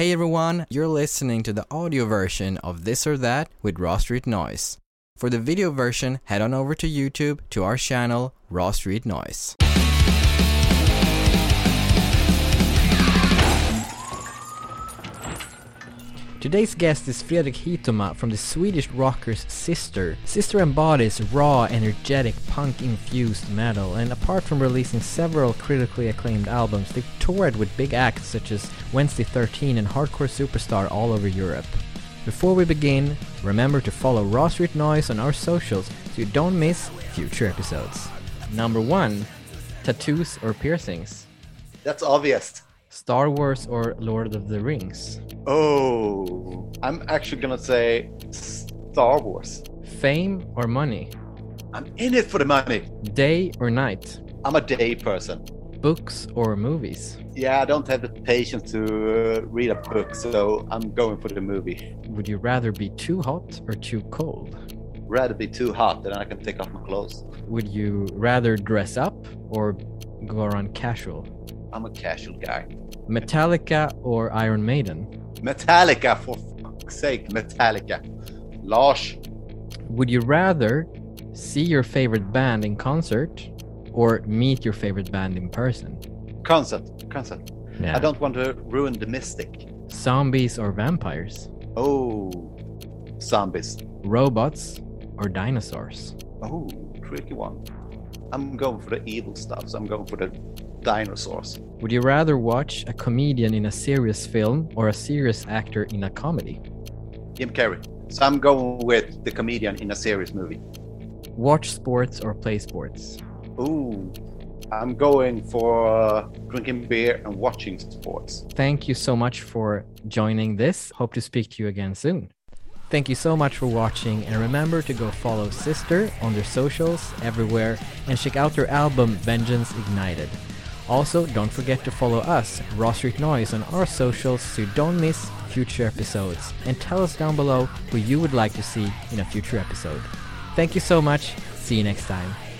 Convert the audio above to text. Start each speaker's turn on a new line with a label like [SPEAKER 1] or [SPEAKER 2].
[SPEAKER 1] Hey everyone, you're listening to the audio version of This or That with Raw Street Noise. For the video version, head on over to YouTube to our channel, Raw Street Noise. Today's guest is Fredrik Hitoma from the Swedish rockers Sister. Sister embodies raw, energetic, punk-infused metal, and apart from releasing several critically acclaimed albums, they've toured with big acts such as Wednesday 13 and Hardcore Superstar all over Europe. Before we begin, remember to follow Raw Street Noise on our socials so you don't miss future episodes. Number 1. Tattoos or piercings?
[SPEAKER 2] That's obvious.
[SPEAKER 1] Star Wars or Lord of the Rings?
[SPEAKER 2] Oh, I'm actually gonna say Star Wars.
[SPEAKER 1] Fame or money?
[SPEAKER 2] I'm in it for the money.
[SPEAKER 1] Day or night?
[SPEAKER 2] I'm a day person.
[SPEAKER 1] Books or movies?
[SPEAKER 2] Yeah, I don't have the patience to uh, read a book, so I'm going for the movie.
[SPEAKER 1] Would you rather be too hot or too cold?
[SPEAKER 2] Rather be too hot than I can take off my clothes.
[SPEAKER 1] Would you rather dress up or go around casual?
[SPEAKER 2] I'm a casual guy.
[SPEAKER 1] Metallica or Iron Maiden?
[SPEAKER 2] Metallica, for fuck's sake, Metallica. Lars,
[SPEAKER 1] Would you rather see your favorite band in concert or meet your favorite band in person?
[SPEAKER 2] concert, concert.
[SPEAKER 1] Yeah.
[SPEAKER 2] I don't want to ruin the mystic.
[SPEAKER 1] Zombies or vampires?
[SPEAKER 2] Oh, zombies.
[SPEAKER 1] Robots or dinosaurs?
[SPEAKER 2] Oh, tricky one. I'm going for the evil stuff, so I'm going for the dinosaurs.
[SPEAKER 1] Would you rather watch a comedian in a serious film or a serious actor in a comedy?
[SPEAKER 2] Jim Carrey. So I'm going with the comedian in a serious movie.
[SPEAKER 1] Watch sports or play sports?
[SPEAKER 2] Ooh, I'm going for uh, drinking beer and watching sports.
[SPEAKER 1] Thank you so much for joining this. Hope to speak to you again soon. Thank you so much for watching and remember to go follow Sister on their socials everywhere and check out their album Vengeance Ignited. Also, don't forget to follow us, Raw Street Noise, on our socials so you don't miss future episodes. And tell us down below who you would like to see in a future episode. Thank you so much. See you next time.